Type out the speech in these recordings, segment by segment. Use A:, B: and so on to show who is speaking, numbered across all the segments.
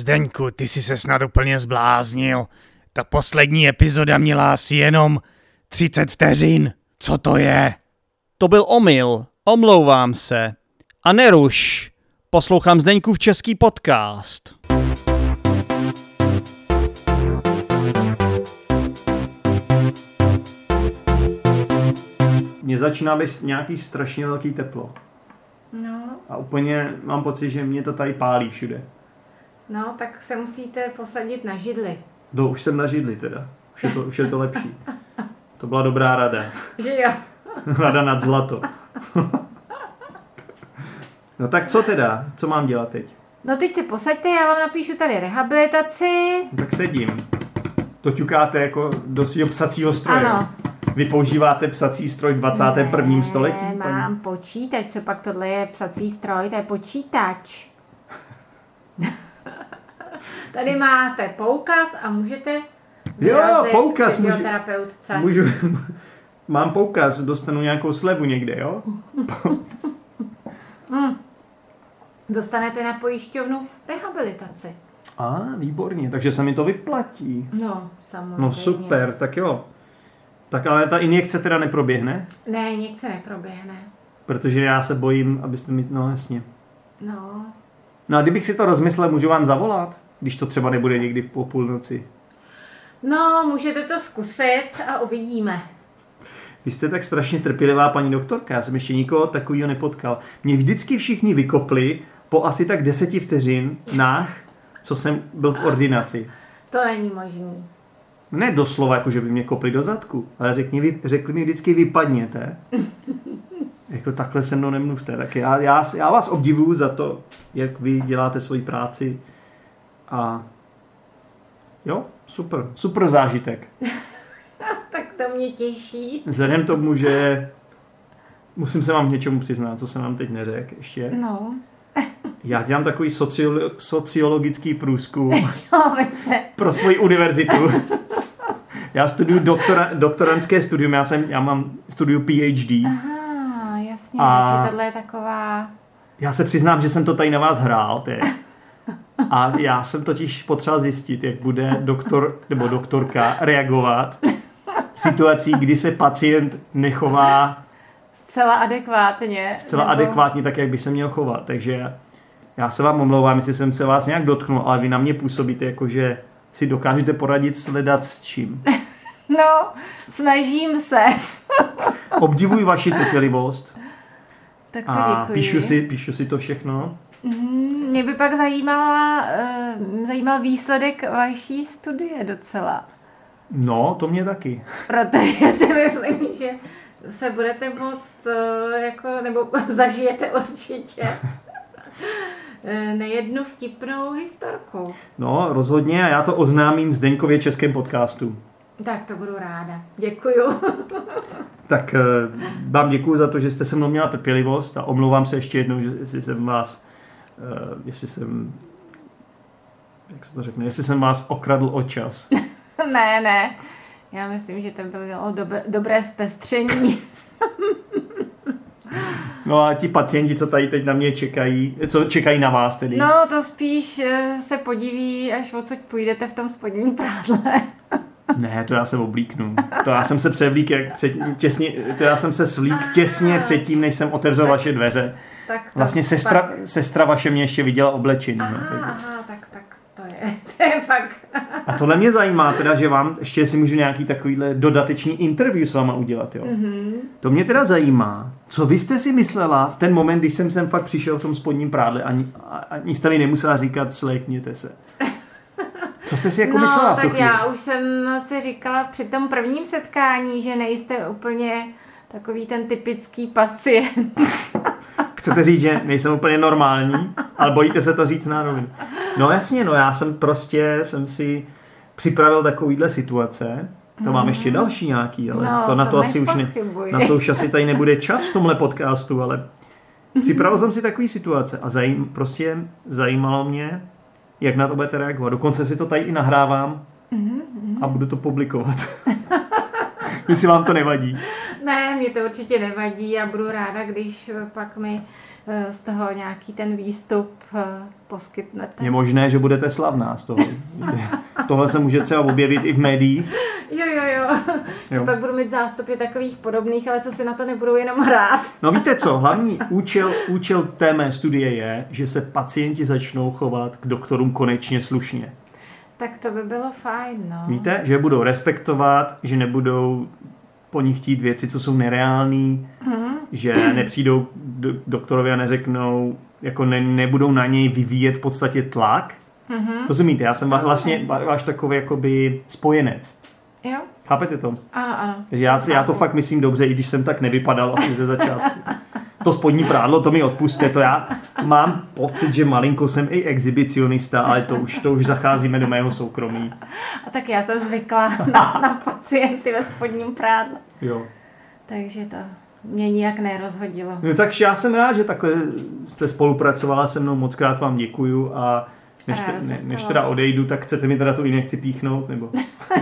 A: Zdeňku, ty jsi se snad úplně zbláznil. Ta poslední epizoda měla asi jenom 30 vteřin. Co to je?
B: To byl omyl. Omlouvám se. A neruš. Poslouchám Zdeňku v český podcast.
C: Mně začíná být nějaký strašně velký teplo.
D: No,
C: A úplně mám pocit, že mě to tady pálí všude.
D: no, tak se musíte posadit na židli.
C: No už jsem na židli teda. Už je to, už je to lepší. To byla dobrá rada.
D: Že jo?
C: Rada nad zlato. No tak co teda? Co mám dělat teď?
D: No teď se posaďte, já vám napíšu tady rehabilitaci.
C: No Tak sedím. To ťukáte jako do svého psacího stroje.
D: Ano.
C: Vy používáte psací stroj v 21. století?
D: Ne, mám počítač, co pak tohle je psací stroj, to je počítač. tady máte poukaz a můžete vyrazit
C: poukaz může-
D: fyzioterapeutce.
C: Můžu... Mám poukaz, dostanu nějakou slevu někde, jo?
D: Dostanete na pojišťovnu rehabilitaci.
C: A, výborně, takže se mi to vyplatí.
D: No, samozřejmě.
C: No super, tak jo. Tak ale ta injekce teda neproběhne,
D: Ne, nic se neproběhne.
C: protože já se bojím, abyste mi... No jasně.
D: No,
C: No a kdybych si to rozmyslel, můžu vám zavolat? Když to třeba nebude někdy po půlnoci.
D: No, můžete to zkusit a uvidíme.
C: Vy jste tak strašně trpělivá paní doktorka, já jsem ještě nikoho takového nepotkal. Mě vždycky všichni vykopli po asi tak deseti vteřinách, co jsem byl v ordinaci.
D: To není možný.
C: Ne doslova, jako že by mě kopli do zadku, ale řekni, vy, řekli mi vždycky vypadněte. jako takhle se mnou nemluvte. Tak já, já, já vás obdivuju za to, jak vy děláte svoji práci. A jo, super, super zážitek.
D: Tak to mě těší.
C: Vzhledem k tomu, že musím se vám k něčemu přiznat, co jsem vám teď neřekl ještě.
D: No.
C: Já dělám takový sociolo- sociologický průzkum.
D: Jo, vy jste.
C: pro svoji univerzitu. Já studuju doktora, doktorantské studium, já, jsem, já mám studiu PhD.
D: Aha, jasně,
C: A-
D: a... takže tohle je taková...
C: Já se přiznám, že jsem to tady na vás hrál. Ty. A já jsem totiž potřeba zjistit, jak bude doktor nebo doktorka reagovat v situací, kdy se pacient nechová
D: Zcela adekvátně.
C: zcela
D: nebo-
C: adekvátně tak, jak by se měl chovat. Takže já se vám omlouvám, jestli jsem se vás nějak dotknul, ale vy na mě působíte jako, že si dokážete poradit sledat s čím.
D: No, snažím se.
C: Obdivuji vaši trpělivost.
D: Tak to
C: A
D: děkuji.
C: píšu si, píšu si to všechno.
D: Mm, Mě by pak zajímala, eh, zajímal výsledek vaší studie docela.
C: No, to mě taky.
D: Protože si myslím, že se budete moc eh, jako, nebo zažijete určitě eh, nejednu vtipnou historku.
C: No, rozhodně a já to oznámím Zdeňkově českém podcastu.
D: Tak to budu ráda. Děkuju.
C: Tak eh, vám děkuji za to, že jste se mnou měla trpělivost a omlouvám se ještě jednou, že jestli jsem vás, eh, jestli jsem, jak se to řekne, jestli jsem vás okradl o čas.
D: ne, ne. Já myslím, že to bylo dobe, dobré zpestření.
C: No a ti pacienti, co tady teď na mě čekají, co čekají na vás tedy.
D: No, to spíš eh, se podiví, až odsud půjdete v tom spodním prádle.
C: Ne, to já se oblíknu. To já jsem se převlík, jak před, těsně, to já jsem se svlík těsně předtím, než jsem otevřel vaše dveře.
D: tak to
C: Vlastně sestra,
D: Pak...
C: sestra vaše mě ještě viděla oblečený. No,
D: Aha,
C: takže-
D: aha, tak, tak to je. To je pak.
C: a tohle mě zajímá teda, že vám ještě si můžu nějaký takovýhle dodateční interview s váma udělat, jo.
D: Mhm.
C: To mě teda zajímá, co vy jste si myslela v ten moment, když jsem sem fakt přišel v tom spodním prádle ani, a- ani jste mi nemusela říkat slékněte se. Co jste si jako
D: no,
C: myslela v tu
D: tak
C: chvíli?
D: já už jsem si říkala při tom prvním setkání, že nejste úplně takový ten typický pacient.
C: Chcete říct, že nejsem úplně normální, ale bojíte se to říct na rovinu. No jasně, no já jsem prostě, jsem si připravil takovýhle situace. To mám ještě další nějaký, ale
D: No,
C: to na to,
D: to
C: asi už ne,
D: nepochybuji.
C: na to už asi tady nebude čas v tomhle podcastu, ale připravil jsem si takový situace a zajím, prostě zajímalo mě, jak na to budete reagovat. Dokonce si to tady i nahrávám a budu to publikovat. Jestli vám to nevadí.
D: Ne, mě to určitě nevadí a budu ráda, když pak mi eh, z toho nějaký ten výstup eh, poskytnete.
C: Je možné, že budete slavná z toho. Tohle se může třeba objevit i v médiích.
D: Jo, jo, jo. Že
C: Jo.
D: pak budu mít zástupy takových podobných, ale co si na to nebudou jenom hrát.
C: No víte co, hlavní účel, účel té mé studie je, že se pacienti začnou chovat k doktorům konečně slušně.
D: Tak to by bylo fajn, no.
C: Víte, že je budou respektovat, že nebudou po nich chtít věci, co jsou nereální, že nepřijdou do, doktorovi a neřeknou, jako ne, nebudou na něj vyvíjet v podstatě tlak. Rozumíte, já jsem va- vlastně va- váš takový jakoby spojenec.
D: Jo,
C: Chápete to?
D: ano, ano.
C: Takže já, si, já to
D: Chápu.
C: fakt myslím dobře, i když jsem tak nevypadal asi ze začátku. To spodní prádlo, to mi odpuste, to já mám pocit, že malinko jsem i exhibicionista, ale to už, to už zacházíme do mého soukromí.
D: A tak já jsem zvyklá na, na pacienty ve spodním prádle.
C: Jo.
D: Takže to mě nijak nerozhodilo.
C: No, takže já jsem rád, že takhle jste spolupracovala se mnou, moc krát vám děkuju a než,
D: Ráda
C: te,
D: se
C: ne, než
D: stalo.
C: teda odejdu, tak chcete mi teda tu injekci píchnout, nebo?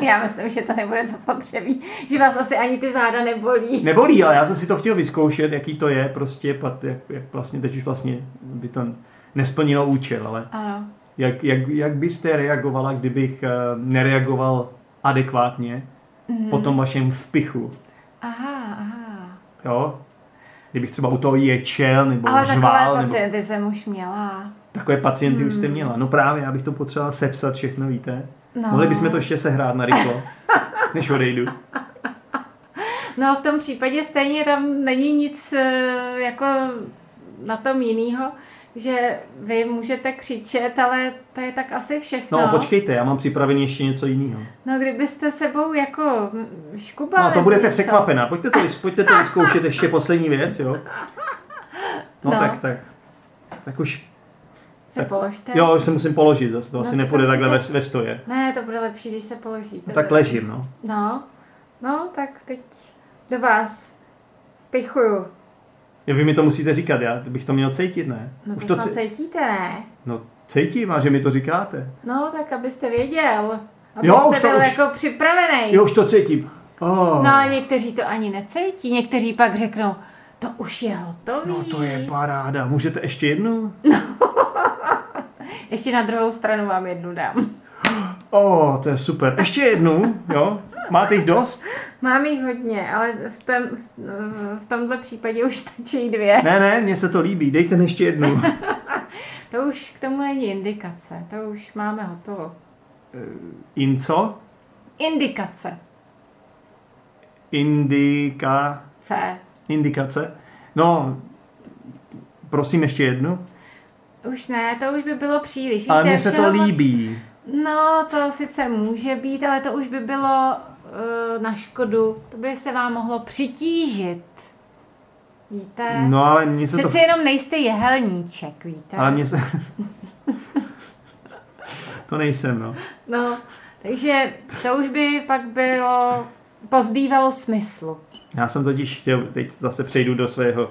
D: Já myslím, že to nebude zapotřebí, že vás asi ani ty záda nebolí.
C: Nebolí, ale já jsem si to chtěl vyzkoušet, jaký to je, prostě, pat, jak, jak vlastně, teď už vlastně by to nesplnilo účel, ale
D: Ano.
C: jak, jak, jak byste reagovala, kdybych eh, nereagoval adekvátně
D: Mhm.
C: mm-hmm. po tom vašem vpichu,
D: Aha, aha.
C: jo? Kdybych třeba u toho ječel, nebo
D: Ale
C: žval,
D: takové
C: nebo
D: pacienty jsem už měla.
C: takové pacienty už jste měla. No právě, já bych to potřeboval sepsat všechno, víte?
D: Hmm. No.
C: Mohli bychom to ještě sehrát na rychlo, než odejdu.
D: No v tom případě stejně tam není nic eh, jako na tom jinýho, že vy můžete křičet, ale to je tak asi všechno.
C: No, počkejte, já mám připravený ještě něco jiného.
D: No kdybyste sebou jako mm, škubali.
C: No, to budete
D: něco.
C: překvapená. Pojďte to, vys- pojďte to vyzkoušet ještě poslední věc, jo? No,
D: No.
C: tak, tak. Tak už,
D: Se
C: Tak-
D: položte.
C: jo, už se musím položit zase, to asi
D: No, to
C: nepůjde
D: se
C: takhle ve,
D: musíte-
C: ve stoje.
D: Ne, to bude lepší, když se položíte.
C: No, tak ležím, no.
D: No, no, tak teď do vás pichuju.
C: Jo, vy mi to musíte říkat, já bych to měl cítit, ne?
D: No
C: už
D: to,
C: to
D: to
C: ce-
D: cítíte, ne?
C: No, cítím a že mi to říkáte.
D: No, tak abyste věděl. Abyste
C: Jo, už to-
D: byl
C: už-
D: jako připravený.
C: Jo, už to cítím. Oh,
D: No a někteří to ani necítí, někteří pak řeknou, to už je hotový.
C: no to je paráda. Můžete ještě jednu?
D: Ještě na druhou stranu vám jednu dám.
C: Oh, to je super. Ještě jednu, jo? Máte jich dost?
D: Mám jich hodně, ale v, tom, v tomhle případě už stačí dvě.
C: Ne, ne, mně se to líbí, dejte mi ještě jednu.
D: To už k tomu není indikace, to už máme hotovo.
C: Inco?
D: Indikace.
C: Indika...
D: C.
C: Indikace? No, prosím ještě jednu.
D: Už ne, to už by bylo příliš.
C: Ale
D: Víte,
C: mně se to
D: všeho moc-
C: líbí.
D: No, to sice může být, ale to už by bylo uh, na škodu. To by se vám mohlo přitížit. Víte?
C: No ale mně se to...
D: Přeci jenom nejste jehelníček, víte?
C: Ale mně se... To nejsem, no.
D: No, takže to už by pak bylo, pozbývalo smyslu.
C: Já jsem totiž chtěl, teď zase přejdu do svého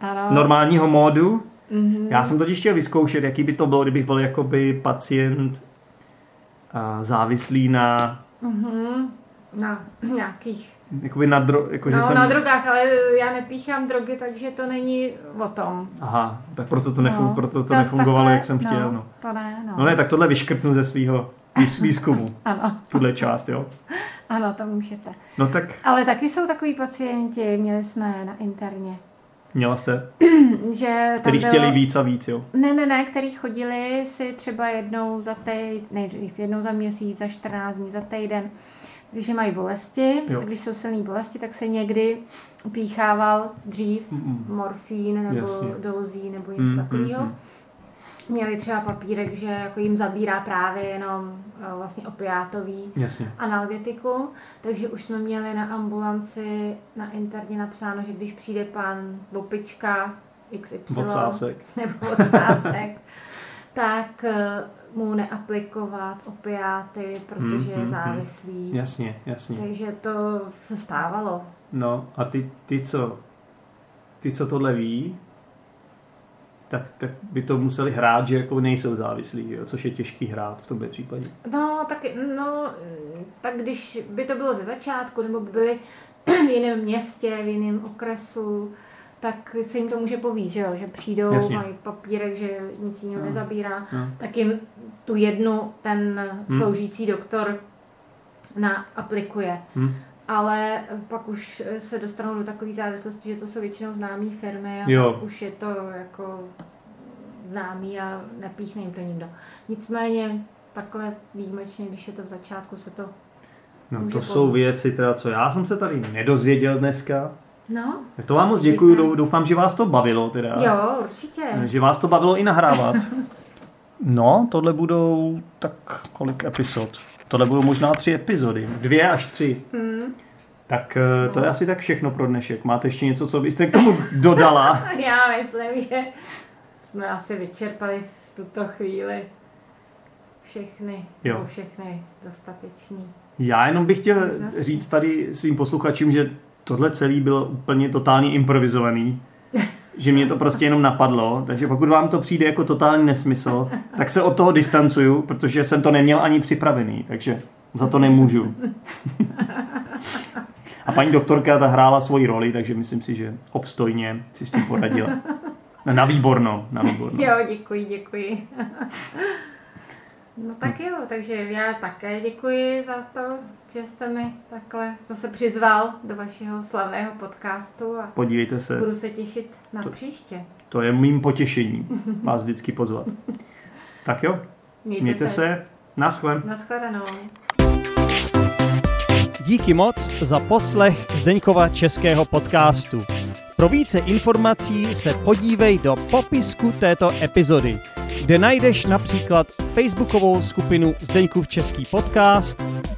D: Ano. Mhm,
C: normálního módu. Mm-hmm. Já jsem totiž chtěl vyzkoušet, jaký by to bylo, kdybych byl jakoby pacient a, závislý na,
D: Na nějakých,
C: jakoby na, dro, jako, že
D: no
C: jsem...
D: na drogách, ale já nepíchám drogy, takže to není o tom.
C: Aha, tak proto to, nefun,
D: no,
C: proto to nefungovalo,
D: takhle-
C: jak jsem chtěl. No.
D: No, to ne, no.
C: no ne, tak tohle vyškrtnu ze svého výzkumu,
D: Ano,
C: tuhle část, jo.
D: ano, to můžete.
C: No tak
D: Ale taky jsou takový pacienti, měli jsme na interně,
C: měla jste,
D: že tam
C: který
D: bylo...
C: chtěli víc a víc, jo.
D: Ne, ne, ne, který chodili si třeba jednou za týden, nejdřív jednou za měsíc, za 14 dní, za týden, že mají bolesti,
C: Jo.
D: jo. když jsou silné bolesti, tak se někdy píchával dřív
C: Mm,
D: morfín nebo
C: Jasně.
D: dolozí nebo něco
C: Mm, mm,
D: mm, takového.
C: mm.
D: Měli třeba papírek, že jako jim zabírá právě jenom eh, vlastně opiátový
C: Jasně.
D: analgetikum, takže už jsme měli na ambulanci na interně napsáno, že když přijde pan Bopička XY,
C: Vocásek.
D: nebo ocásek, tak eh, mu neaplikovat opiáty, protože
C: Mm, mm,
D: je
C: mm.
D: závislý.
C: Jasně, jasně.
D: Takže to se stávalo.
C: No a ty, ty co, ty co tohle ví, tak, tak by to museli hrát, že jako nejsou závislí, jo, což je těžký hrát v tomhle případě.
D: No, tak, no, mm, tak když by to bylo ze začátku, nebo by byli v jiném městě, v jiném okresu, tak se jim to může povít, že jo? že přijdou,
C: Jasně.
D: Jasně. mají papírek, že nic jiného
C: No.
D: nezabírá,
C: No.
D: tak jim tu jednu ten
C: Hmm.
D: sloužící doktor na aplikuje.
C: Hm?
D: Ale pak už se dostanou do takové závislosti, že to jsou většinou známé firmy a
C: Jo.
D: jo. už je to jako známý a nepíchne jim to nikdo. Nicméně takhle výjimečně, když je to v začátku, se to...
C: No,
D: Může
C: to
D: pomoct.
C: jsou věci, teda, co já jsem se tady nedozvěděl dneska.
D: No,
C: Tak to vám moc děkuju,
D: Víte.
C: dou- doufám, že vás to bavilo. Teda.
D: jo, určitě.
C: Že vás to bavilo i nahrávat. No, tohle budou tak kolik epizod? Tohle budou možná tři epizody. Dvě až tři.
D: Hmm.
C: Tak eh,
D: No.
C: to je asi tak všechno pro dnešek. Máte ještě něco, co byste k tomu dodala?
D: Já myslím, že jsme asi vyčerpali v tuto chvíli všechny,
C: Jo.
D: nebo všechny dostateční.
C: Já jenom bych chtěl říct tady svým posluchačům, že tohle celý bylo úplně totálně improvizovaný. Že mě to prostě jenom napadlo, takže pokud vám to přijde jako totální nesmysl, tak se od toho distancuju, protože jsem to neměl ani připravený, takže za to nemůžu. A paní doktorka ta hrála svoji roli, takže myslím si, že obstojně si s tím poradila. Na výborno, na výborno.
D: Jo, děkuji, děkuji. No tak jo, takže já také děkuji za to, že jste mi takhle zase přizval do vašeho slavného podcastu a
C: Podívejte se.
D: budu se těšit na příště.
C: To je mým potěšením vás vždycky pozvat. Tak jo,
D: Mějte,
C: mějte se, naschlem.
D: Naschledanou.
B: Díky moc za poslech Zdeňkova českého podcastu. Pro více informací se podívej do popisku této epizody, kde najdeš například facebookovou skupinu Zdeňkův český podcast,